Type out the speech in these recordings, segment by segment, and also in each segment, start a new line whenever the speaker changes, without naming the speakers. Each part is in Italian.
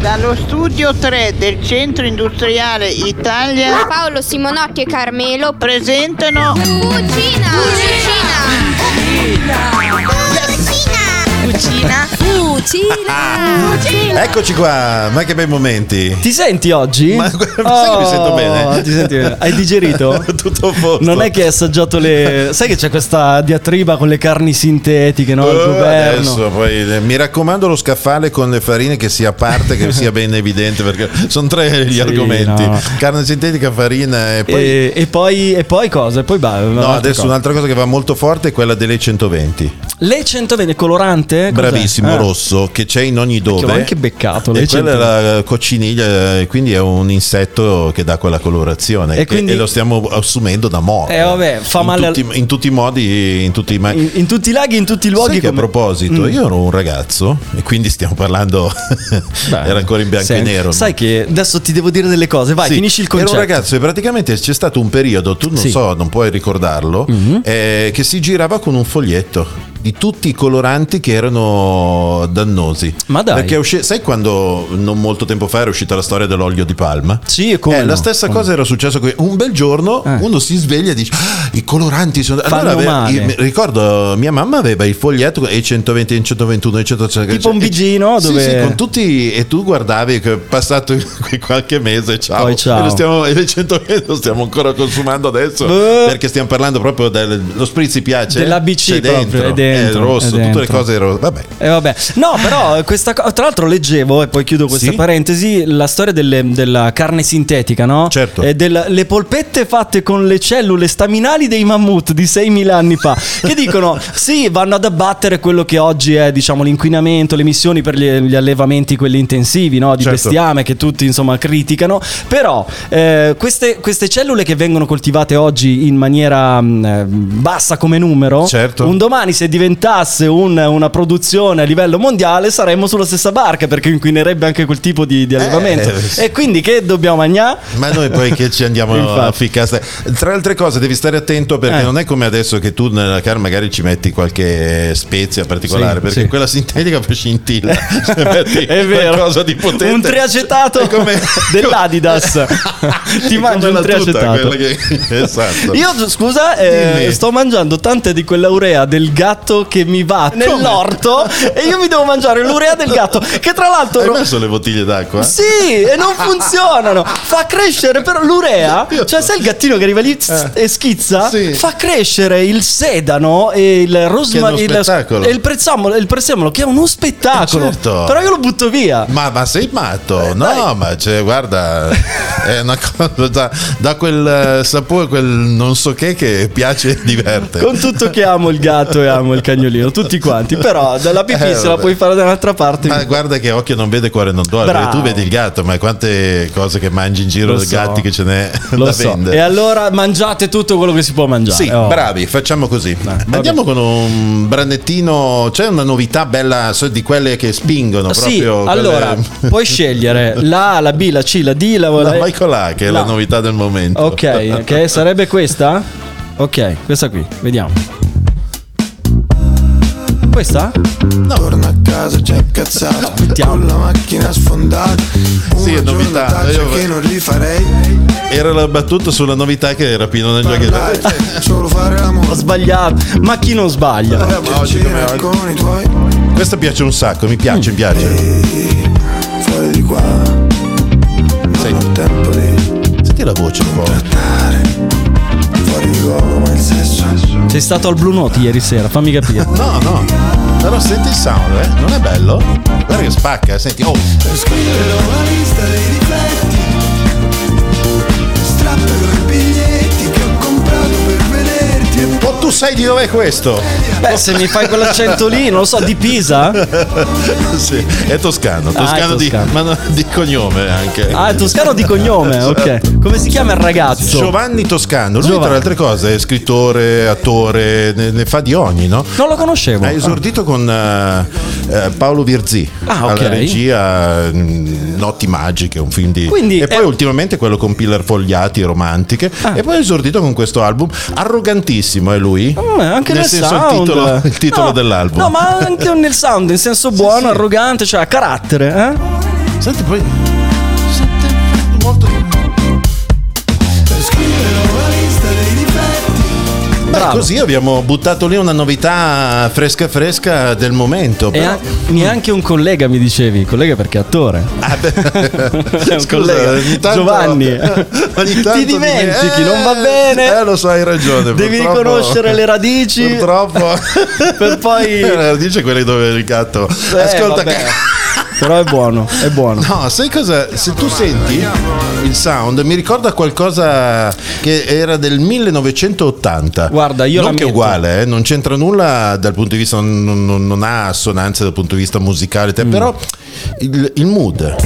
Dallo studio 3 del Centro Industriale Italia
Paolo Simonotti e Carmelo
presentano
Cucina Cucina
Cucina
Eccoci qua, ma che bei momenti.
Ti senti oggi?
Ma sai che mi sento bene?
Oh, Ti senti bene? Hai digerito?
Tutto a posto.
Non è che hai assaggiato le. Sai che c'è questa diatriba con le carni sintetiche, no? Il
Eh,
governo.
adesso poi, eh, mi raccomando lo scaffale con le farine che sia a parte che sia ben evidente perché sono tre gli
Sì,
argomenti
no. Eh,
carne sintetica farina e poi
E, e poi, e poi cosa? E poi bah,
no adesso un'altra cosa che va molto forte è quella delle 120
Le 120 colorante? Cos'è?
bravissimo
Eh,
rosso che c'è in ogni dove
Che ho anche beccato
e
le
quella
120.
è la cocciniglia eh, e quindi è un insetto che dà quella colorazione
E
che-
quindi-
e lo stiamo assumendo da morte
Eh, vabbè, fa
in
male al-
tutti, in tutti i modi in tutti i ma-
In, in tutti i laghi, in tutti i luoghi.
Sai che a
come- Mm.
proposito, io ero un ragazzo e quindi stiamo parlando,
Beh,
era ancora in bianco
senti,
e nero.
Sai che adesso ti devo dire delle cose. Vai,
Sì,
finisci il concetto.
Era un ragazzo e praticamente c'è stato un periodo, tu non
Sì. Mhm.
so, non puoi ricordarlo, eh, che si girava con un foglietto di tutti i coloranti che erano dannosi.
Ma dai.
Perché usci- sai quando non molto tempo fa era uscita la storia dell'olio di palma?
Sì, e come
Eh, La
no?
stessa cosa era successo qui. Un bel giorno
Eh.
uno si sveglia e dice: "Ah, I coloranti sono.
Fanno male.
io mi ricordo, mia mamma aveva il foglietto e 120, e 121, e 130.
Tipo un bigino
Sì,
dove-
sì, con tutti. E tu guardavi che è passato qualche mese. Ciao.
Poi ciao.
E lo stiamo, e le 120 lo stiamo ancora consumando adesso.
Beh.
Perché stiamo parlando proprio dello spritz piace.
Dell'ABC
C'è
proprio,
dentro.
è
È
dentro,
rosso,
è
tutte le
dentro.
cose rosse. Vabbè.
E Eh, vabbè, no, però eh, questa cosa. Tra l'altro, leggevo e poi chiudo questa
Sì?
parentesi. La storia delle- della carne sintetica, no?
Certo.
E del- le polpette fatte con le cellule staminali dei mammut di 6.000 anni fa. Che dicono: sì, vanno ad abbattere quello che oggi è, diciamo, l'inquinamento, le emissioni per gli, gli allevamenti, quelli intensivi, no? Di
Certo.
bestiame che tutti, insomma, criticano. Però eh, queste, queste cellule che vengono coltivate oggi in maniera mh, eh, bassa come numero,
Certo.
un domani se diventasse un- una produzione a livello mondiale saremmo sulla stessa barca perché inquinerebbe anche quel tipo di, di allevamento.
Eh, sì.
e quindi che dobbiamo mangiare?
Ma noi poi che ci andiamo
Infatti.
a ficcare? Tra altre cose devi stare attento perché
Eh.
non è come adesso che tu nella carne magari ci metti qualche spezia particolare,
Sì,
perché
sì.
quella sintetica poi scintilla. Se metti
È vero.
Qualcosa di potente.
Un triacetato
È come-
dell'Adidas. Ti
È
mangi
come
un
la tuta,
triacetato.
quella che- esatto.
Io scusa, eh,
Dimmi.
sto mangiando tante di quell'urea del gatto che mi va nell'orto e io mi devo mangiare l'urea del gatto che tra l'altro
Hai messo le bottiglie d'acqua?
Sì, e non funzionano. Fa crescere però l'urea. Cioè, sai il gattino che arriva lì tss, e
Eh.
schizza?
Sì.
Fa crescere il sedano e il rosmarino
Che è uno spettacolo.
e il prezzemolo, il prezzemolo, che è uno spettacolo.
Eh, certo.
Però io lo butto via.
Ma, ma sei matto? no,
dai.
ma cioè, guarda, è una cosa da, da quel eh, sapore, quel non so che che piace e diverte.
Con tutto che amo il gatto e amo il cagnolino, tutti quanti. Però dalla pipì
Eh,
se la
vabbè.
puoi fare da un'altra parte.
Ma guarda che occhio non vede, cuore non duole.
Bravo.
Tu vedi il gatto, ma quante cose che mangi in giro,
Lo
i
so.
gatti che ce n'è
Lo
da
so.
vendere.
E allora mangiate tutto quello che si può mangiare.
Sì,
Oh.
bravi, facciamo così. Andiamo con un brandettino. C'è una novità bella so, di quelle che spingono
Sì,
proprio. quelle-
allora puoi scegliere la A, la B, la C, la D, la,
La
la
Michael A, che è la
No.
novità del momento.
Ok, ok, sarebbe questa? Ok, questa qui, vediamo. Questa?
Torno a casa già cazzato Con la macchina sfondata Una
Sì, è novità.
giornata
Io-
che non rifarei
Era la battuta sulla novità che rapino nel giochetto.
Parlate, Solo fare
Ho
l'amore
sbagliato, ma chi non sbaglia?
La piacere con i tuoi
Questa piace un sacco, mi piace, mi
Mm.
piace.
Fuori di qua Non ho tempo di
Senti la voce un po'.
stare Fuori di luogo ma il sesso
Sei stato al Blue Note ieri sera, fammi capire.
No, no. Però senti il sound, eh? Non è bello? Guarda che spacca, senti. Oh,
Per scrivere una lista dei difetti Strappano i biglietti che ho comprato per vederti E
oh, tu sai di dov'è questo?
Beh, Eh, se mi fai quell'accento lì, non lo so, di Pisa?
Sì, è toscano, toscano,
Ah, è
di,
toscano.
ma no, di cognome anche.
Ah, è toscano di cognome, ok. Come si chiama il ragazzo?
Giovanni Toscano, lui
Giovanni.
tra le altre cose è scrittore, attore, ne, ne fa di ogni, no?
Non lo conoscevo.
Ha esordito con eh, eh, Paolo Virzì
Ah,
alla
ok.
regia mm, Notti Magiche, un film di.
Quindi
e poi
è- Ah.
ultimamente quello con Pilar Fogliati, romantiche. E poi ha esordito con questo album, arrogantissimo è lui.
Mm, anche
nel,
nel,
senso
sound.
il titolo, il titolo
No,
dell'album.
No, ma anche nel sound, in senso buono, arrogante, cioè a carattere, eh?
Senti poi. Senti, molto.
Per scrivere una lista dei difetti
Beh, così abbiamo buttato lì una novità fresca fresca del momento.
E
però-
an- neanche un collega mi dicevi, collega perché è attore.
Ah, beh.
È un
Scusa,
collega.
ogni tanto- Eh,
Giovanni,
ogni tanto
ti
mi-
dimentichi,
eh,
non va bene.
Eh, lo so, hai ragione.
Devi
purtroppo-
riconoscere le radici.
Purtroppo.
Per poi- Eh,
Eh, Dice quelle dove ricatto. Ascolta,
vabbè.
che.
Però è buono, è buono.
No, sai cosa? Se tu senti il sound, mi ricorda qualcosa che era del 1980.
Guarda, io
non che è
l'ammetto.
uguale, eh, non c'entra nulla dal punto di vista, non, non- non ha assonanze dal punto di vista musicale,
Mm.
te- però il, il mood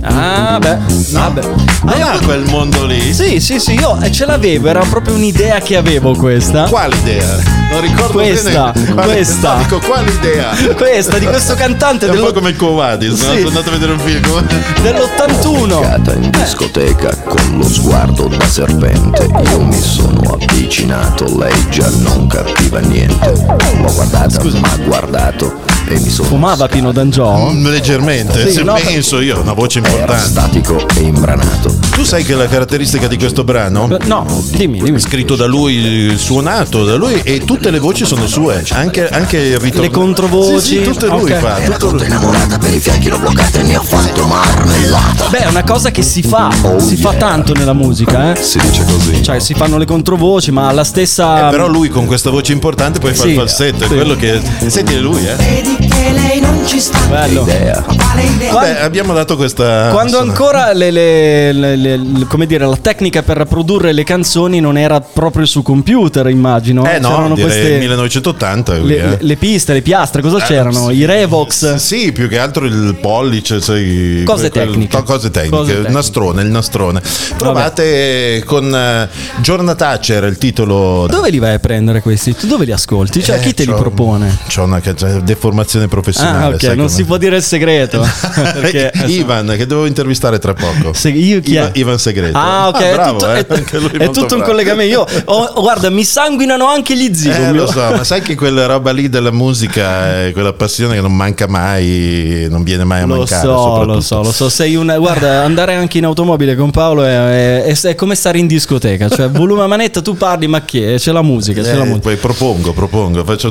Ah, beh. Vabbè. Ah.
non ha quel mondo lì.
Sì, sì, sì, io eh, ce l'avevo, era proprio un'idea che avevo questa.
Quale idea? Non ricordo
Questa,
bene. Quale-
questa.
No, dico, quale idea?
Questa di questo
È
cantante
un po'
dello-
come il Cowadis, no?
Sì.
sono andato a vedere un film.
dell'81.
Cata in discoteca con lo sguardo da serpente Io mi sono avvicinato, lei già non capiva niente L'ho guardata, ma guardato e mi sono
Fumava Pino D'Angio?
Mm, Leggermente,
Sì,
se
no,
penso io, una voce
era
importante.
statico e imbranato
Tu sai che la caratteristica di questo brano?
No, dimmi, dimmi.
scritto da lui, suonato da lui e tutte le voci sono sue, anche, anche il ritorno.
Le controvoci,
Sì, sì, tutte lui
ok.
fa.
Era
tutto
tutta innamorata, per i fianchi l'ho bloccata e ne ho fatto marmellata
Beh, è una cosa che si fa, si fa tanto nella musica, eh.
Si dice così
Cioè, si fanno le controvoci, ma la stessa.
lui. Eh, Però lui con questa voce importante poi fa il
Um, Sì,
falsetto, è
sì.
quello che... Senti lui, eh.
Vedi che lei non ci sta,
Bello.
Idea
vale idea.
Qua-
Beh, abbiamo dato questa...
Quando
insomma,
ancora le- le- le- le- come dire, la tecnica per produrre le canzoni non era proprio su computer, immagino.
Eh no,
C'erano
direi
queste.
1980. qui,
le,
eh.
le- le piste, le piastre, cosa c'erano? I Revox.
Sì, più che altro il pollice, sai,
Cose tecniche.
to- cose tecniche,
Cose
il
tecniche.
nastrone, il nastrone. Provate con eh, Giorna Thatcher il titolo.
Dove li vai a prendere questi? Tu dove li ascolti? Cioè,
Eh,
chi te li
c'ho-
propone?
C'ho una ca- cioè, deformazione professionale.
Ah, ok,
sai
non
com'è.
si può dire il segreto. perché
Ivan, che devo intervistare tra poco.
Se- io chi è?
Ivan, Ivan Segreto.
Ah, ok, è
bravo,
tutto,
eh,
è-
anche lui
è
molto
tutto un
bravo.
collegamento. Io, oh, guarda, mi sanguinano anche gli
Eh,
zigumi.
lo so, ma sai che quella roba lì della musica è quella passione che non manca mai, non viene mai a
Lo
mancare.
so,
soprattutto.
lo so, lo so. Sei una. Guarda, andare anche in automobile con Paolo è, è- è come stare in discoteca. Cioè, volume a manetta, tu parli, ma che? C'è la musica, c'è la
Eh,
musica.
poi propongo, propongo, faccio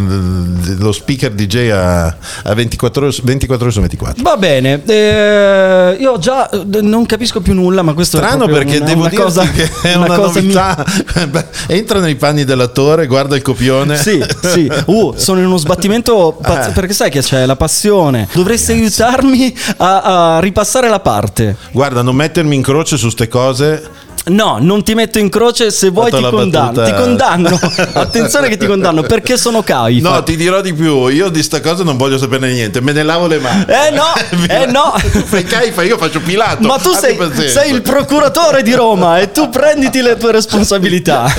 il- lo speaker DJ a, a 24, ore, su- 24 ore su 24.
Va bene, eh, io già eh, non capisco più nulla, ma questo è
Strano
proprio
perché
una-
devo
una
dirti
cosa,
che è una,
cosa mi-
novità. Beh, Entra nei panni dell'attore, guarda il copione.
Sì, sì. Uh, sono in uno sbattimento pazz-
Eh.
perché sai che c'è la passione. Dovresti aiutarmi a, a ripassare la parte.
Guarda, non mettermi in croce su ste cose.
No, non ti metto in croce se vuoi
Fatto
ti
la
condanno.
battuta.
Ti condanno. Attenzione che ti condanno perché sono cai.
No, ti dirò di più. Io di sta cosa non voglio saperne niente. Me ne lavo le mani.
Eh no, eh no.
Tu fai caifa, io faccio Pilato.
Ma tu
Abbi
sei,
pazienza.
sei il procuratore di Roma e tu prenditi le tue responsabilità.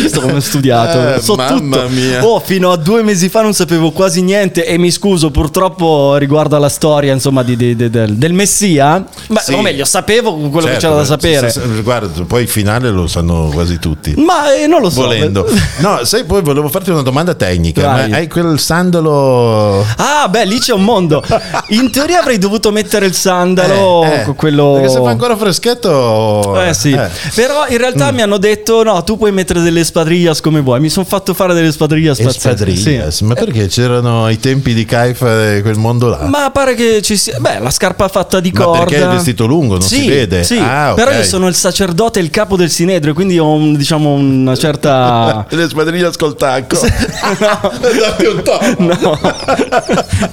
Visto come ho studiato,
Eh,
so
mamma
tutto.
mia.
Oh, fino a due mesi fa non sapevo quasi niente e mi scuso purtroppo riguardo alla storia insomma di- di- di- del, del Messia. Ma,
Sì.
O meglio, sapevo quello che
Certo,
c'era da sapere.
se- se- guarda, poi il finale lo sanno quasi tutti.
Ma eh, non lo so.
Volendo. No, sai, poi volevo farti una domanda tecnica.
Vai.
Ma hai quel sandalo.
Ah, beh, lì c'è un mondo. In teoria avrei dovuto mettere il sandalo,
Eh, eh,
oh, co- quello...
Perché se fa ancora freschetto.
Eh sì, però in
Mm.
realtà mi hanno detto no, tu puoi mettere delle espadrillas come vuoi. Mi sono fatto fare delle espadrillas pazzesche,
Espadrillas,
sì. Eh.
ma perché c'erano ai tempi di Caifa e quel mondo là?
Ma pare che ci sia. Beh, la scarpa fatta di
Ma
corda.
perché il vestito lungo, non
Sì,
si vede?
Sì,
Ah, ok.
però io sono il sacerdote e il capo del sinedrio, quindi ho un- diciamo una certa.
Le spadriglie col tacco. Datti Esatto, un top.
No,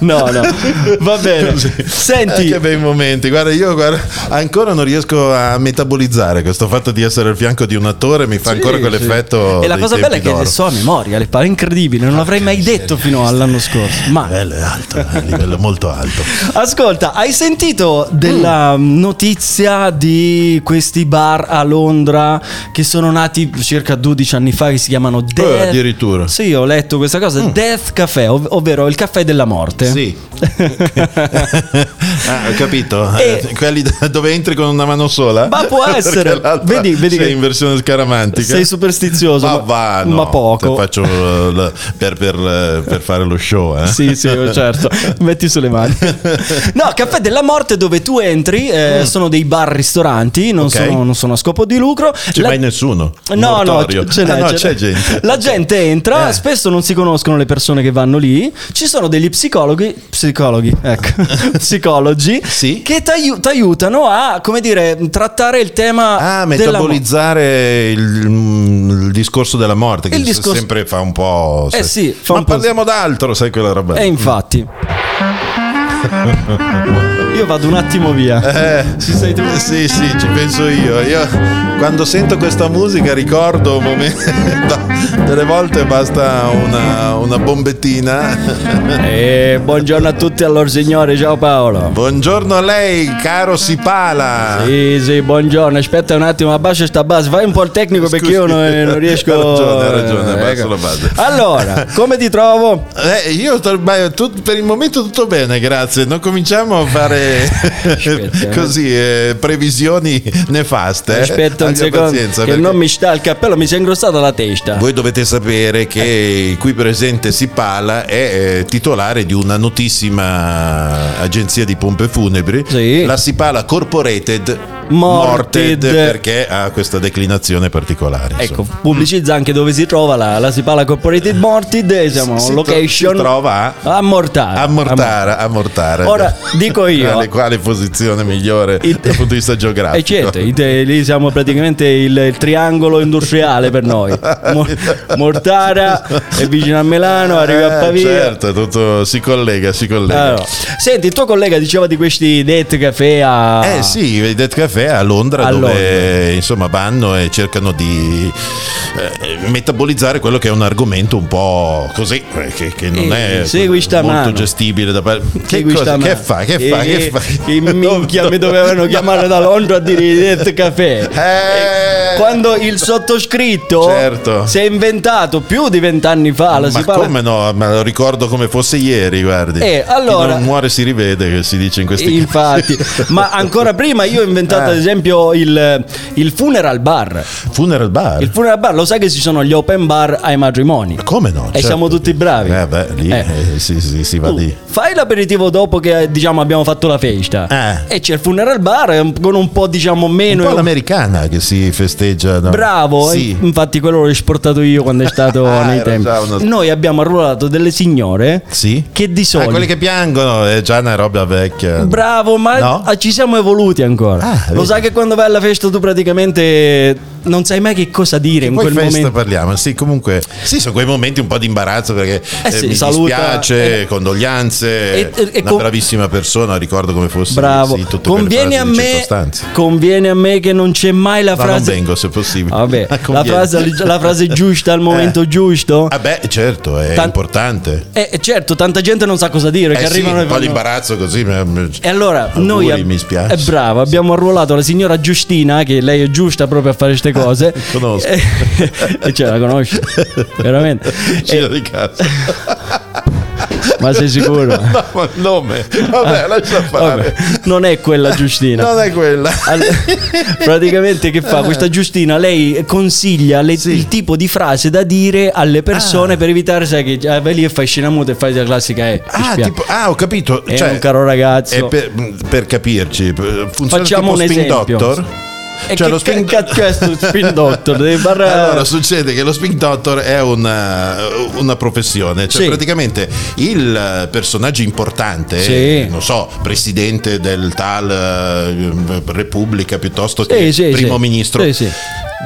no, no. va bene.
Sì. Eh,
Senti,
che bei momenti. Guarda, io guarda, ancora non riesco a metabolizzare questo fatto di essere al fianco di un attore, mi fa ancora
Sì,
quell'effetto.
sì. E la
dei
cosa bella è
tempi
che le
d'oro. Ah,
so a memoria, le pare incredibile, non l'avrei mai detto fino all'anno scorso. Ma
Bello, è alto, è un livello molto alto. Mm.
Ascolta, hai sentito della notizia di questi bar all'open Londra che sono nati circa 12 anni fa che si chiamano Death
Eh, addirittura. Mm.
Sì, ho letto questa cosa, Death Café, ov- ovvero il caffè della morte.
Sì. ah, ho capito.
E-
Eh, Quelli da- dove entri con una mano sola.
Ma può
Perché
essere.
l'altra
Vedi- vedi
sei
che-
in versione scaramantica.
Sei superstizioso,
Ma,
ma-
va, no,
ma poco.
te faccio eh, l- per, per, eh, per fare lo show, eh.
Sì, sì, certo. Metti sulle mani. No, Caffè della Morte dove tu entri, eh, sono dei bar ristoranti, non,
Mm. Ok.
sono, non sono a scopo di lucro.
Ci
La-
vai nessuno.
No, no,
Mortorio.
c- ce
Ah,
n'è,
no,
ce
c'è
n'è.
gente. Eh.
La gente entra, spesso non si conoscono le persone che vanno lì. Ci sono degli psicologi, psicologhi, ecco, psicologi
Sì.
che ti aiutano a, come dire, trattare il tema
Ah,
della mo-
metabolizzare il, mm, il discorso della morte, che
Il
se-
discorso-
sempre fa un po'.
Eh sì, fa
ma
un po'
parliamo d'altro, sai quella roba.
E Eh, infatti. Io vado un attimo via.
Eh, Sì, sì, ci penso io. Io quando sento questa musica ricordo un momento. Delle volte basta una, una bombettina.
Eh, buongiorno a tutti allora signore, ciao Paolo.
Buongiorno a lei, caro Sipala.
Sì, sì, buongiorno. Aspetta un attimo, abbascia sta base. Fai un po' il tecnico perché
Scusi.
io non, eh, non riesco.
Hai ragione, hai ragione,
Eh,
abbassa
ecco.
la base.
Allora, come ti trovo?
Eh, io sto- ma tut- per il momento tutto bene, grazie. Non cominciamo a fare così eh, previsioni nefaste. eh.
Aspetta un
Abbia
secondo,
pazienza,
che
perché
non mi sta il cappello, mi si è ingrossata la testa.
Voi dovete sapere
Eh.
che il qui presente Sipala è eh, titolare di una notissima agenzia di pompe funebri,
Sì.
la Sipala Corporated
Morted.
perché ha questa declinazione particolare.
Ecco,
insomma.
pubblicizza anche dove si trova la, la Sipala Corporated Mortid. e Siamo
Si tro-
location.
si trova a-
a Mortara.
A Mortara, a Mortara.
Ora, dico io.
eh, Quale, quale posizione migliore
Il-
dal punto di vista geografico?
E certo, i te- lì siamo praticamente il, il triangolo industriale per noi. Mor- Mortara è vicino a Milano, arriva a
Eh,
Pavia.
Certo, tutto si collega, si collega.
Allora, senti, il tuo collega diceva di questi date caffè a...
Eh sì, i Dead Café a Londra
Ah. A
dove
Londra.
insomma vanno e cercano di eh, metabolizzare quello che è un argomento un po' così eh, che, che non
Eh,
è
segui sta
molto
mano.
gestibile da par- che,
Segui
cosa-
sta
che
mano.
fa? Che
Eh,
fa? Che
eh,
fa?
che minchia mi dovevano chiamare da Londra a dire i date caffè.
Eh,
Quando il sottoscritto
Certo.
si è inventato più di vent'anni fa, la
ma
si parla...
come no? Ma lo ricordo come fosse ieri, guardi.
Eh, allora-
Chi non muore si rivede, che si dice in questi casi.
Infatti, ma ancora prima io ho
Eh.
inventato ad esempio il, il funeral bar.
Funeral bar.
Il funeral bar, lo sai che ci sono gli open bar ai matrimoni.
Come no? E
siamo tutti bravi.
Eh beh, lì
Eh.
eh, si, si- si va
Tu
lì.
fai l'aperitivo dopo che eh, diciamo abbiamo fatto la festa
Eh.
e c'è il funeral bar eh, con un po' diciamo
Un
meno
po' l'americana che si festeggia. no?
Bravo, eh,
Sì.
in- infatti quello l'ho esportato io quando è stato
Ah,
nei
era
tempi.
già uno-
Noi abbiamo arruolato delle signore
Sì.
che di
Ah,
solito
quelli che piangono è già una roba vecchia.
Bravo, ma
No?
ah, ci siamo evoluti ancora.
Ah,
Lo
vedi.
sai che quando vai alla festa tu praticamente non sai mai che cosa dire in
Poi
quel
festa
momento.
parliamo, sì, comunque sì, sono quei momenti un po' di imbarazzo perché eh,
sì,
mi
saluta-
dispiace,
eh,
condoglianze,
e- e- e
una
con-
bravissima persona, ricordo come fosse
Bravo.
sì, tutte quelle
conviene, a
frasi di
me,
circostanza.
conviene a me che non c'è mai la
Ma non
frase.
vengo se possibile.
Ah, Vabbè,
Ma
la
conviene.
frase, la frase giusta al momento
Eh.
giusto.
Ah beh, certo, è
Tan-
importante.
Eh, certo, tanta gente non sa cosa dire. che
Eh sì,
arrivano e Eh,
un po' di
fanno-
imbarazzo così. ma-
E allora
Auguri,
noi ab-
mi spiace.
eh, bravo, abbiamo arruolato la signora Giustina, che lei è giusta proprio a fare queste cose.
Ah, conosco.
E cioè, la conosci? Veramente.
Giro
Eh,
di cazzo.
ma sei sicuro?
No, ma il nome. Vabbè, lascia
Vabbè,
fare.
non è quella Giustina.
Non è Ah, quella.
All- praticamente che fa
Eh.
questa Giustina? Lei consiglia le- il tipo di frase da dire alle persone per evitare, sai, che eh, vai lì e fai scena muta e fai la classica eh, mi
Ah,
spiace.
tipo- ah, ho capito.
È
cioè,
un caro ragazzo.
è per, per capirci, funziona
Facciamo
tipo
un
Spin
esempio.
Doctor.
E
Cioè,
che
lo spin-
ca- cazzo è sto spin doctor? eh, Devi parlare-
Allora, succede che lo Spin Doctor è una, una professione, cioè
Sì.
praticamente il personaggio importante,
Sì.
non so, presidente del tal eh, Repubblica piuttosto che
Sì, sì,
primo
sì.
ministro,
Sì, sì.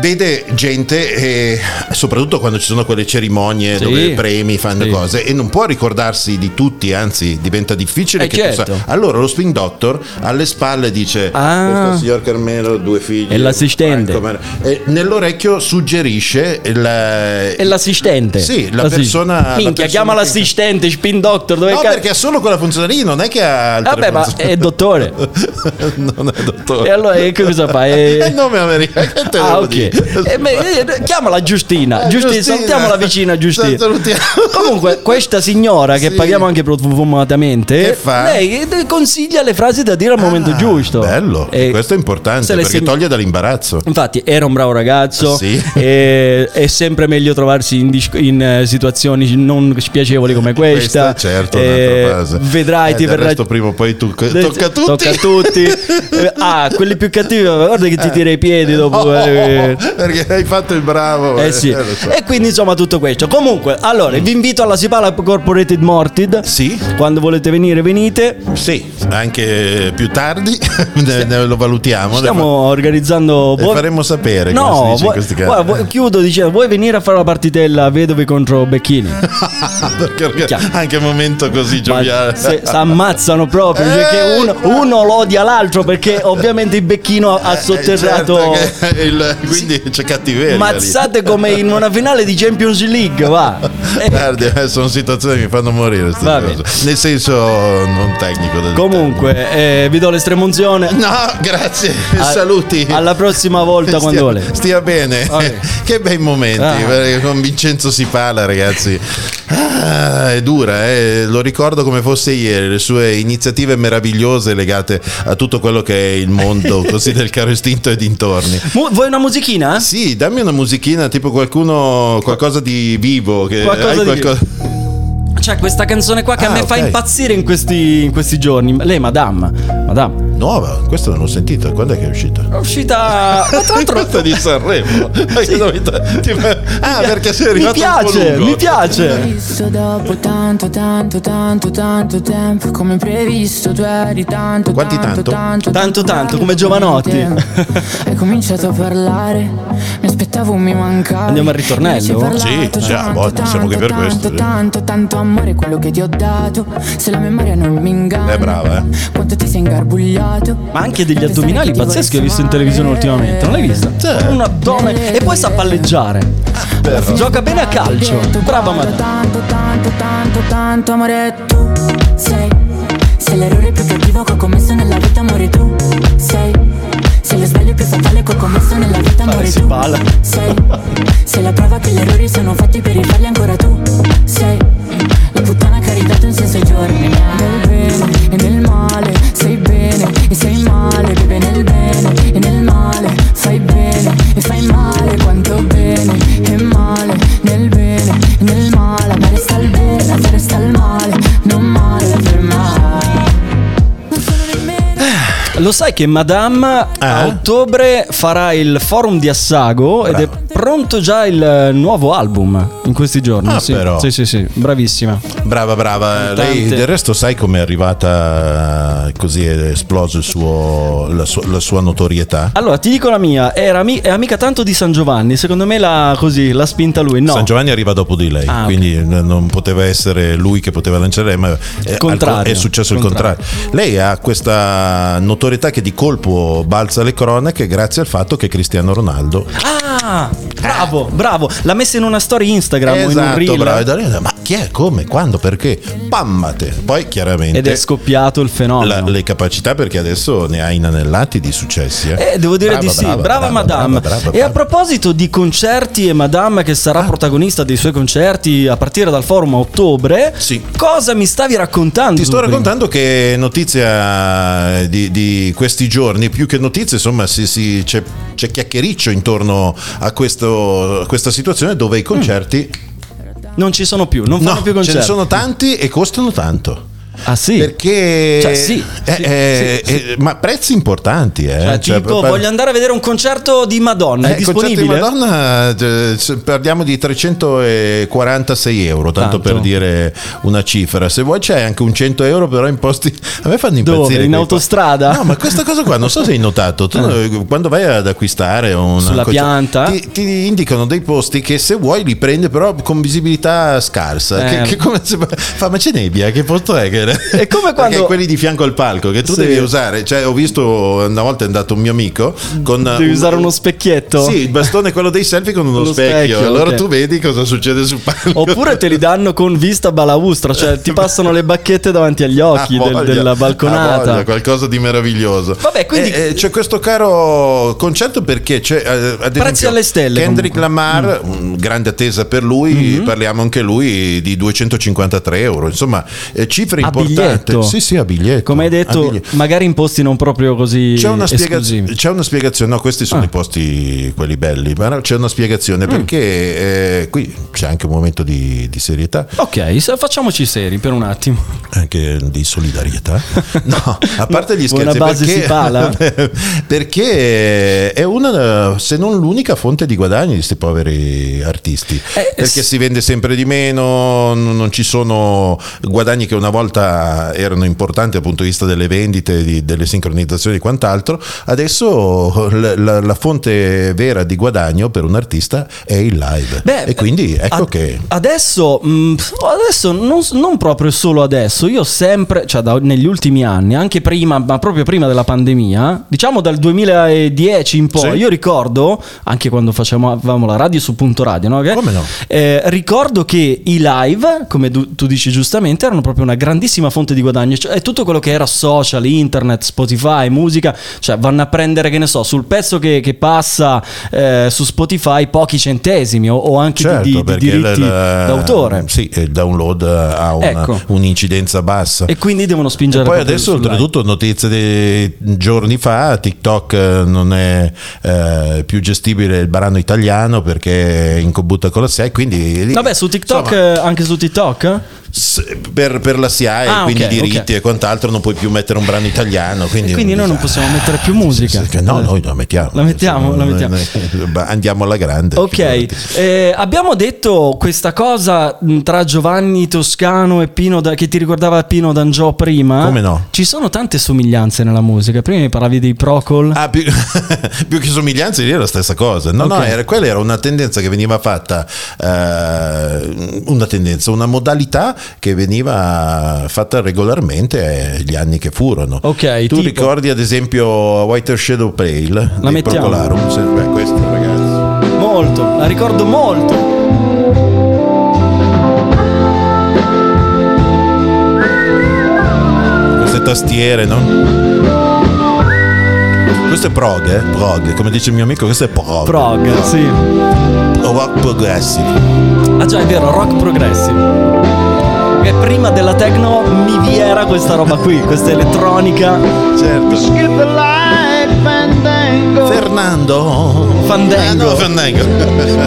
vede gente, eh, soprattutto quando ci sono quelle cerimonie
Sì.
dove premi, fanno
Sì.
cose, e non può ricordarsi di tutti, anzi diventa difficile.
Eh,
che
certo.
possa- Allora lo spin doctor alle spalle dice,
Ah.
questo signor Carmelo, due figli.
E l'assistente.
Ecco, ma- e nell'orecchio suggerisce eh, la-
E l'assistente?
Sì, la
L'assist-
persona- la
Minchia,
persona
chiama
che-
l'assistente, spin doctor. Dove
No,
cazzo-
perché ha solo quella funzione lì, non è che ha altre
Vabbè, ma
funzioni.
è dottore.
non è dottore.
E allora e che cosa fa? E-
È il nome americano. che Eh, te
Ah,
devo
ok.
dire?
Eh, beh, eh, chiamala Giustina.
Eh,
Giustina,
Giustina.
salutiamo la vicina Giustina.
Salutiamo.
Comunque, questa signora che
Sì.
paghiamo anche profumatamente,
Che fa?
lei eh, consiglia le frasi da dire al momento
Ah,
giusto.
Bello,
E
questo è importante
se le
perché
segna-
toglie dall'imbarazzo.
Infatti era un bravo ragazzo
Ah, Sì.
e è sempre meglio trovarsi in, dis- in, eh, situazioni non spiacevoli come questa.
Questa, certo,
Eh,
un'altra fase.
Vedrai
Eh,
ti
del
verrà...
resto prima o poi tu- tocca a tutti.
Tocca a tutti. Eh, ah, quelli più cattivi, guarda che ti tira i piedi dopo.
Oh, oh,
eh.
Eh. oh, perché hai fatto il bravo.
Eh sì.
lo so. Mm.
E quindi insomma tutto questo. Comunque, allora vi invito alla Sipala Corporated Morted.
Sì.
Quando volete venire, venite.
Sì, anche più tardi ne- ne lo valutiamo.
Stiamo organizzando.
E faremo sapere come si
No,
dice in
vuoi-
questi casi.
guarda, vuoi- chiudo dicendo: vuoi venire a fare la partitella Vedovi contro Becchini?
Perché orga-
Minchia.
anche un momento così
Ma
gioviale.
se, si ammazzano proprio perché
Eh,
uno, uno lo odia l'altro perché ovviamente il Becchino ha
Eh,
sotterrato.
certo che il- quindi c'è cattiveria. lì.
Mazzate come in una finale di Champions League, va. Eh,
Guardi, eh, sono situazioni che mi fanno morire. queste
Va
cose.
bene.
Nel senso non tecnico. del
Comunque, eh, vi do l'estremunzione.
termine. No, grazie.
A-
Eh, Saluti.
Eh, Alla prossima volta quando
stia,
volete.
stia bene.
Ok.
che bei momenti.
Ah.
perché Con Vincenzo si parla, ragazzi. Ah, è dura, eh. lo ricordo come fosse ieri, le sue iniziative meravigliose legate a tutto quello che è il mondo così del caro istinto e dintorni.
Mu- vuoi una musichina?
Sì, dammi una musichina, tipo qualcuno, qualcosa di vivo. Che
Qualcosa di-
qualcosa-
C'è questa canzone qua che a
Ah,
me fa
ok.
impazzire in questi, in questi giorni. Lei, Madame. Madame.
Nuova, questa non l'ho sentita, quando è che è uscita?
È uscita. Ma tra l'altro.
Questa di Sanremo. Che novità. Tipo- Ah, perché sei
Mi
arrivato un po'
piace,
lungo.
mi piace.
visto dopo tanto, tanto, tanto, tanto tempo Come previsto tu eri tanto,
Quanti tanto?
tanto, tanto
Tanto, tanto, come Giovanotti.
Hai cominciato a parlare, mi aspettavo mi mancavi
Andiamo al ritornello?
Sì, già, voglio, siamo qui per questo, sì.
Tanto, tanto, tanto amore quello che ti ho dato Se la memoria non mi inganna
È brava, eh.
Quanto ti sei ingarbugliato
Ma anche degli
Pensare
addominali
che ti
pazzeschi che ho visto in
volessi
televisione
male.
ultimamente. Non l'hai vista?
Certo.
Un addome. E poi sa palleggiare. Gioca bene a calcio. Brava
Tanto,
Madame.
Tanto, tanto, tanto, tanto amore tu sei. Sei l'errore più cattivo che ho commesso nella vita, amore tu sei. Sei lo sbaglio più fatale che ho commesso nella vita, amore
si
tu
balla.
sei. Sei la prova che gli errori sono fatti per rifarli ancora tu sei. La puttana che ha ridato in senso ai giorni. Nel bene e nel male sei bene e sei male, bebe nel bene e nel male fai bene e fai male quanto bene e male nel bene e nel male amare sta al bene amare sta al male non male per male non sono nemmeno
Lo sai che Madame a
Eh?
ottobre farà il forum di Assago ed è
Bravo.
pronto già il eh, nuovo album in questi giorni.
Ah,
sì.
però.
sì, sì, sì, bravissima.
Brava, brava.
Tante.
Lei del resto sai com'è arrivata eh, così è esploso il suo, la, sua, la sua notorietà?
Allora, ti dico la mia, era ami- è amica tanto di San Giovanni, secondo me l'ha così, l'ha spinta lui, no.
San Giovanni arriva dopo di lei,
Ah, ok.
quindi n- non poteva essere lui che poteva lanciare lei, ma è,
Contrario.
al- è successo
Contrario.
il contrario. Lei ha questa notorietà che di colpo balza le cronache grazie al fatto che Cristiano Ronaldo
Ah, bravo, bravo, l'ha messa in una story Instagram, o in un
Eh. Esatto,
reel
bravo. E da lì ho detto, Ma chi è? Come? Quando? Perché? Pammate. Poi chiaramente
ed è scoppiato il
la-
fenomeno.
le capacità perché adesso ne ha inanellati di successi. Eh,
Eh, devo dire
Brava,
di sì, brava, Madame.
brava, brava, Ah.
e a
brava.
proposito di concerti e Madame che sarà protagonista dei suoi concerti a partire dal forum a ottobre,
Sì.
cosa mi stavi raccontando?
Ti sto
prima?
raccontando che notizia eh, di, di questi giorni, più che notizie, insomma, si- si- c'è, c'è chiacchiericcio intorno a, questo- a questa situazione dove i concerti
Mm. Non ci sono più, non fanno
no,
più
ce
concerti.
ne sono tanti e costano tanto.
Ah, sì?
Perché...
Cioè, sì,
Eh,
sì,
eh,
sì,
eh, Ma prezzi importanti, eh.
Cioè,
Cioè,
tipo,
proprio-
voglio andare a vedere un concerto di Madonna.
Eh,
è
il concerto di
disponibile?
Madonna eh, se parliamo di 346 euro, tanto,
Tanto.
per dire una cifra. Se vuoi c'è anche un 100 euro, però in posti a me fanno
Dove?
impazzire.
In
quei-
autostrada?
No, ma questa cosa qua non so se hai notato. Tu, eh, quando vai ad acquistare un
Sulla pianta?
ti, ti indicano dei posti che se vuoi li prendi, però con visibilità scarsa.
Eh.
Che, che come se- fa, ma c'è nebbia? Che posto è? Che...
È come quando-
Perché quelli di fianco al palco che tu
Sì.
devi usare. Cioè, ho visto una volta è andato un mio amico con
Devi
un-
usare uno specchietto?
sì, il bastone è quello dei selfie con uno
Uno
specchio.
specchio,
Allora
ok.
tu vedi cosa succede sul palco.
Oppure te li danno con vista balaustra, cioè ti passano le bacchette davanti agli
Ah,
occhi del-
voglia,
della
ah,
balconata.
voglia, qualcosa di meraviglioso.
Vabbè, quindi-
Eh, eh, c'è questo caro concetto perché c'è eh, ad esempio,
Prezzi alle stelle,
Kendrick
comunque. Mm. Mm-hmm.
Lamar, un- grande attesa per lui, parliamo anche lui di 253 euro. Insomma, eh, cifre
A
importanti.
biglietto?
Sì, sì, a biglietto.
Come hai
A
detto,
biglietto.
magari in posti non proprio così
Ah, C'è una, spiega-
esclusivi.
c'è una spiegazione, no, questi sono
Ah. Mm.
i posti quelli belli, ma no, c'è una spiegazione perché eh, qui c'è anche un momento di, di serietà,
Ok, se- facciamoci seri per un attimo.
anche di solidarietà. No, a parte gli
Buona
scherzi,
base
perché,
si pala.
perché è una, se non l'unica fonte di guadagno di questi poveri artisti,
Eh,
perché
s-
si vende sempre di meno, n- non ci sono guadagni che una volta erano importanti dal punto di vista delle vendite, di- delle sincronizzazioni e quant'altro, adesso l- la, la fonte vera di guadagno per un artista è il live.
Beh, eh,
e quindi ecco
ad-
che...
Adesso, mh, adesso non, non proprio solo adesso, io sempre, cioè da- negli ultimi anni, anche prima, ma proprio prima della pandemia, diciamo dal 2010 in poi,
Sì.
io ricordo, anche quando facevamo avevamo la radio su Punto Radio, no? Che-
Come no?
eh, ricordo che i live, come du- tu dici giustamente, erano proprio una grandissima fonte di guadagno, cioè è tutto quello che era social, internet, Spotify, musica, cioè vanno a prendere, che ne so, sul pezzo che, che passa eh, su Spotify pochi centesimi o, o anche
Certo,
di, di- di
perché
diritti
il- il-
d'autore.
Sì, il download ha una-
Ecco.
un'incidenza bassa.
E quindi devono
E
spingere
poi
proprio
adesso,
sul drive.
oltretutto, notizie di giorni fa, TikTok eh, non è eh, più gestibile il brano italiano perché è in combutta con la SIAE, quindi... lì-
Vabbè, su TikTok,
insomma,
eh, anche su TikTok? eh?
s- per, per la SIAE,
Ah,
quindi
ok,
diritti
ok.
e quant'altro, non puoi più mettere un brano italiano. Quindi,
Quindi noi non possiamo mettere più musica.
eh,
Eh,
Sì, sì, No, noi la mettiamo.
La mettiamo, la mettiamo.
Andiamo alla grande.
Ok,
figurati.
eh, abbiamo detto questa cosa mh, tra Giovanni Toscano e Pino, da- che ti ricordava Pino D'Angio prima.
Come no?
Ci sono tante somiglianze nella musica. Prima mi parlavi dei Procol.
Ah, più, più che somiglianze lì era la stessa cosa. No, no,
Ok.
era- quella era una tendenza che veniva fatta, eh, una tendenza, una modalità che veniva fatta regolarmente eh, gli anni che furono.
Ok,
tu
tipo?
ricordi ad esempio White Shadow Pale?
La
dei
mettiamo.
Procolarum? Se- beh, questo, ragazzi.
Molto, la ricordo molto.
Queste tastiere, no? Questo è prog, eh? Prog, come dice il mio amico, questo è prog.
Prog, sì.
Rock progressive.
Ah già, è vero, rock progressive. E prima della techno mi vi era questa roba qui, questa elettronica.
Certo.
Skip the light, fandango.
Fernando
Fandango.
Ah, no, Fandango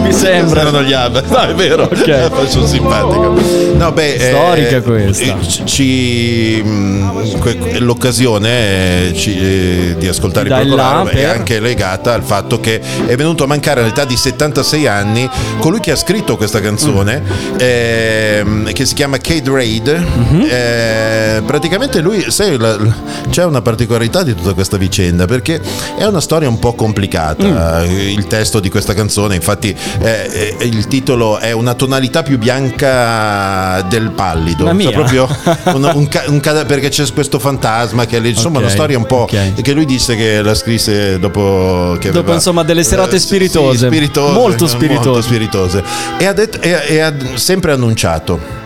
Mi sembra.
erano gli ABBA no è vero
Ok.
faccio simpatico no beh eh,
Storica questa.
eh, ci- ci, mh, que- l'occasione eh, ci- eh, di ascoltare
Dai
il Procolarum
là,
è
per-
anche legata al fatto che è venuto a mancare all'età di 76 anni colui che ha scritto questa canzone
Mm.
ehm, che si chiama Cade Raid
Mm-hmm.
Eh, praticamente lui sai, la- la- c'è una particolarità di tutta questa vicenda perché è una storia un po' complicata
Mm.
eh, il testo di questa canzone infatti eh, eh, il titolo è una tonalità più bianca del pallido
La
Cioè,
mia?
proprio un- un ca- un cada- perché c'è questo fantasma che insomma
Ok,
una storia un po'
ok.
che lui disse che la scrisse dopo che
Dopo,
aveva-
insomma, delle serate
eh, sì,
spiritose.
spiritose,
Molto spiritose.
molto spiritose. e ha, detto- e ha- e ha sempre annunciato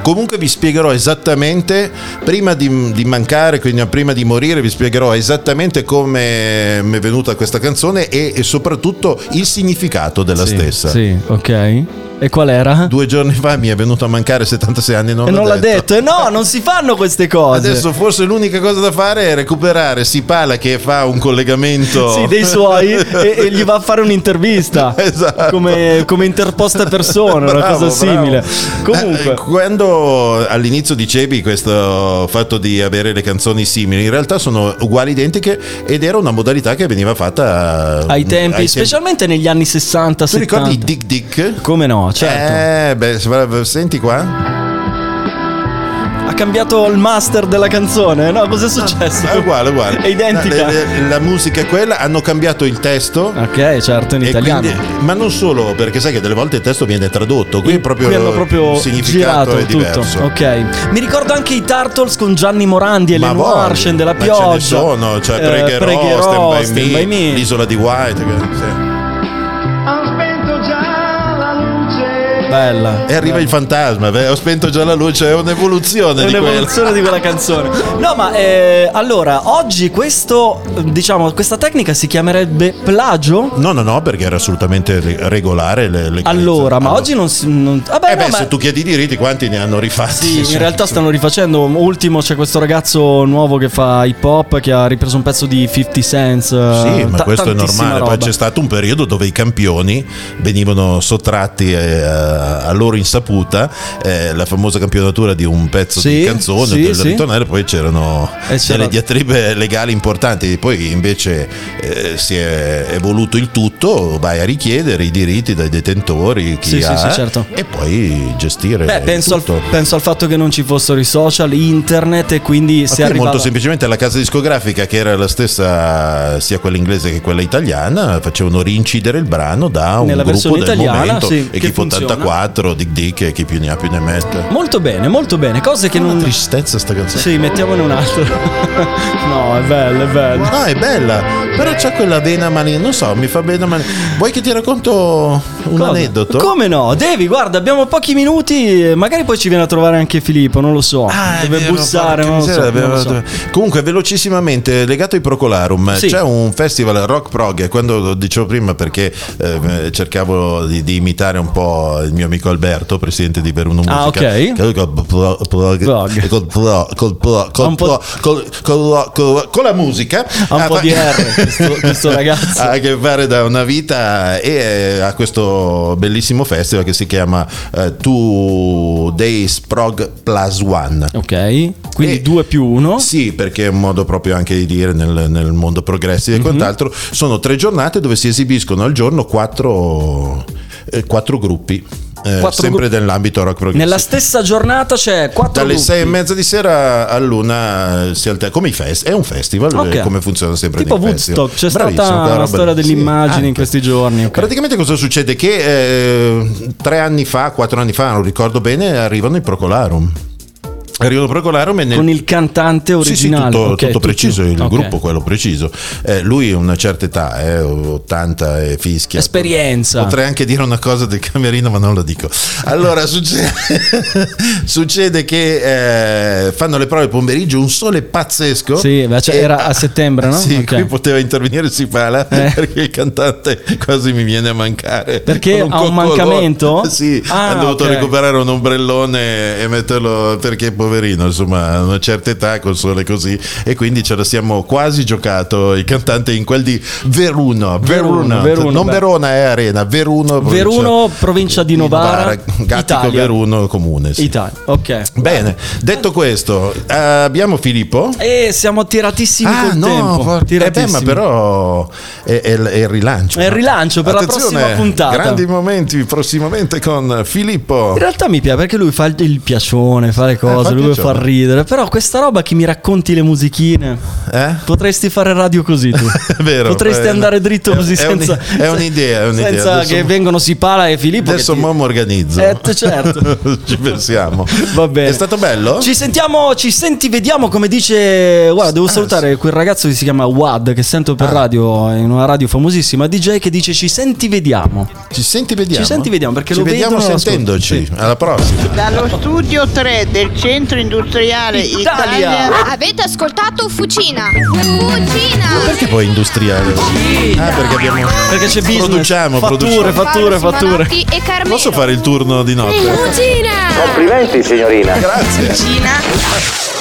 Comunque vi spiegherò esattamente, prima di, di mancare, quindi prima di morire, vi spiegherò esattamente come mi è venuta questa canzone e, e soprattutto il significato della
Sì,
stessa.
Sì, ok. E qual era?
Due giorni fa mi è venuto a mancare 76 anni e non,
e non
l'ho
l'ha detto. E no, non si fanno queste cose.
Adesso forse l'unica cosa da fare è recuperare Sipala che fa un collegamento
Sì, dei suoi e, e gli va a fare un'intervista
Esatto.
come, come interposta persona, una
Bravo,
cosa simile.
bravo.
Comunque,
Eh, quando all'inizio dicevi questo fatto di avere le canzoni simili, in realtà sono uguali identiche ed era una modalità che veniva fatta mm,
ai tempi, specialmente negli anni 60,
Tu
70.
ricordi Dick Dick?
Come no, certo.
Eh, beh, se- senti qua. Eh.
Ha cambiato il master della canzone, no? Cos'è successo?
È Ah, uguale, uguale.
È identica.
La, la- la musica è quella, hanno cambiato il testo.
Ok, certo, in
e
italiano.
quindi- ma non solo, perché sai che delle volte il testo viene tradotto, qui proprio,
Qui hanno proprio
il significato
girato
è
tutto.
diverso.
Ok. Mi ricordo anche i Turtles con Gianni Morandi e
Ma
Lenoir,
voi,
Scende la
ma
pioggia.
Ce ne sono, cioè
Eh,
Pregherò,
Pregherò,
Stand, by,
Stand
me,
By Me.
L'isola di White. che- sì.
Bella.
E arriva il fantasma, beh, ho spento già la luce, è un'evoluzione
È
di quella.
un'evoluzione di quella canzone. No, ma eh, allora, oggi questo, diciamo, questa tecnica si chiamerebbe plagio?
No, no, no, perché era assolutamente re- regolare le, le
Allora, ma
Allora.
oggi non si... non- Vabbè,
Eh beh,
no, ma-
se tu chiedi i diritti, quanti ne hanno rifatti?
Sì, in
Cioè,
realtà stanno rifacendo. Ultimo c'è questo ragazzo nuovo che fa hip hop che ha ripreso un pezzo di eh, 50 Cent.
Sì, ma questo è normale. Poi c'è stato un periodo dove i campioni venivano sottratti eh, a a loro insaputa, eh, la famosa campionatura di un pezzo
Sì,
di canzone,
sì,
del
sì.
ritornello, poi c'erano
E c'era-
delle diatribe legali importanti, poi invece eh, si è evoluto il tutto, vai a richiedere i diritti dai detentori, chi
Sì, sì,
ha,
sì, certo.
e poi gestire
Beh, penso al,
eh, tutto.
penso al fatto che non ci fossero i social, internet e quindi
Ma
se
qui
arrivava...
molto semplicemente la casa discografica, che era la stessa sia quella inglese che quella italiana, facevano rincidere il brano da un
Nella
gruppo
versione
del
italiana,
momento,
sì, che
Equipo
funziona.
84, Dick Dick e chi più ne ha più ne mette.
Molto bene, molto bene. Cose che
Che
non...
tristezza sta canzone.
Sì, mettiamone un altro. no, è bello, è bello.
No, Ah, è bella, però c'è quella vena maligna, non so, mi fa bene male. Vuoi che ti racconto un
Cosa?
aneddoto?
Come no? Devi, guarda, abbiamo pochi minuti. eh, Magari poi ci viene a trovare anche Filippo, non lo so.
Ah, è
Deve
vero,
bussare,
porca
non lo so,
miseria,
non lo so.
abbiamo- Comunque, velocissimamente, legato ai Procolarum,
Sì.
c'è un festival rock prog. e Quando lo dicevo prima, perché eh, cercavo di, di imitare un po' il mio amico Alberto, presidente di Veruno Musica.
Ah, ok.
che lui col pro- prog-
Prog.
col pro- col pro-
Ha
col
un po'
pro- col- col- col- Con la musica
Ha un
Ah,
po'
fa-
di R, questo- questo ragazzo.
ha a che fare da una vita e eh, ha questo bellissimo festival che si chiama eh, Two Days Prog Plus One.
Ok, quindi
E-
2 più 1.
Sì, perché è un modo proprio anche di dire nel, nel mondo progressivo
Mhm.
e quant'altro. Sono tre giornate dove si esibiscono al giorno quattro, eh, quattro gruppi, eh,
Quattro
sempre
gru-
nell'ambito rock progressivo.
Nella stessa giornata c'è 4
dalle sei e mezza di sera all'una eh, si alterna come i fest è un festival
Ok.
eh, come funziona sempre
Tipo
nei festival.
Woodstock, c'è
Bravissimo,
stata
quella
una
roba
storia
lì.
dell'immagine in
anche.
questi giorni, ok.
praticamente cosa succede che eh, tre anni fa quattro anni fa non ricordo bene arrivano i Procolarum arrivano i Procolarum e nel
con il cantante
Sì, sì,
originale.
tutto,
ok,
tutto preciso, il
ok.
gruppo quello preciso. Eh, lui ha una certa età, eh, 80 e fischia.
Esperienza.
Potrei anche dire una cosa del camerino, ma non lo dico. Allora, succede, succede che eh, fanno le prove pomeriggio, un sole pazzesco.
Sì, beh, cioè,
E-
era a settembre, no?
Sì,
Ok.
qui poteva intervenire Sipala
Eh.
perché il cantante quasi mi viene a mancare.
Perché
Con
ha un
coccolone.
mancamento?
Sì,
Ah,
ha dovuto
ok.
recuperare un ombrellone e metterlo perché poverino, insomma, a una certa età col sole così e quindi ce la siamo quasi giocato il cantante in quel di Veruno,
Veruno,
Veruno,
Veruno,
non
beh.
Verona è Arena, Veruno, provincia-
Veruno,
cioè,
provincia di Novara,
Gattico
Italia.
Veruno comune. sì.
Italia. Ok.
Bene, detto questo, eh, abbiamo Filippo.
E siamo tiratissimi
Ah,
Eh, col
no,
tempo.
porca- eh beh, ma
tiratissimi.
però è, è il- è il rilancio.
È il
no?
rilancio per la
Attenzione,
prossima puntata.
Grandi momenti prossimamente con Filippo.
In realtà mi piace perché lui fa il- il piacione, fa le cose,
Eh, fa il
lui
piacione.
fa ridere. Però questa roba che mi racconti le musichine.
Eh?
Potresti fare radio così tu.
È vero.
Potresti
eh,
andare dritto
è-
così
è un-
senza.
è un'idea, è un'idea.
Senza
Adesso-
che vengono Sipala e Filippo.
Adesso
che ti-
mo mi organizzo.
Eh, t- certo.
Ci pensiamo.
Va bene.
È stato bello?
Ci sentiamo, ci senti, vediamo come dice. Guarda,
Ah,
devo salutare quel ragazzo che si chiama Wad, che sento per radio, in una radio famosissima, DJ, che dice ci senti, vediamo.
Ci senti vediamo.
Ci senti, vediamo, perché
Ci
lo
vediamo
vedono e lo
sentendoci. Alla prossima.
Dallo studio 3 del centro centro industriale
Italia.
Italia.
Avete ascoltato Fucina? Fucina!
Perché poi industriale? Ah, perché abbiamo.
Perché c'è business.
Produciamo,
fatture,
produciamo.
fatture,
Paolo
fatture.
Simonotti E Carmelo.
Posso fare il turno di notte?
Fucina!
Complimenti signorina.
Grazie.
Fucina.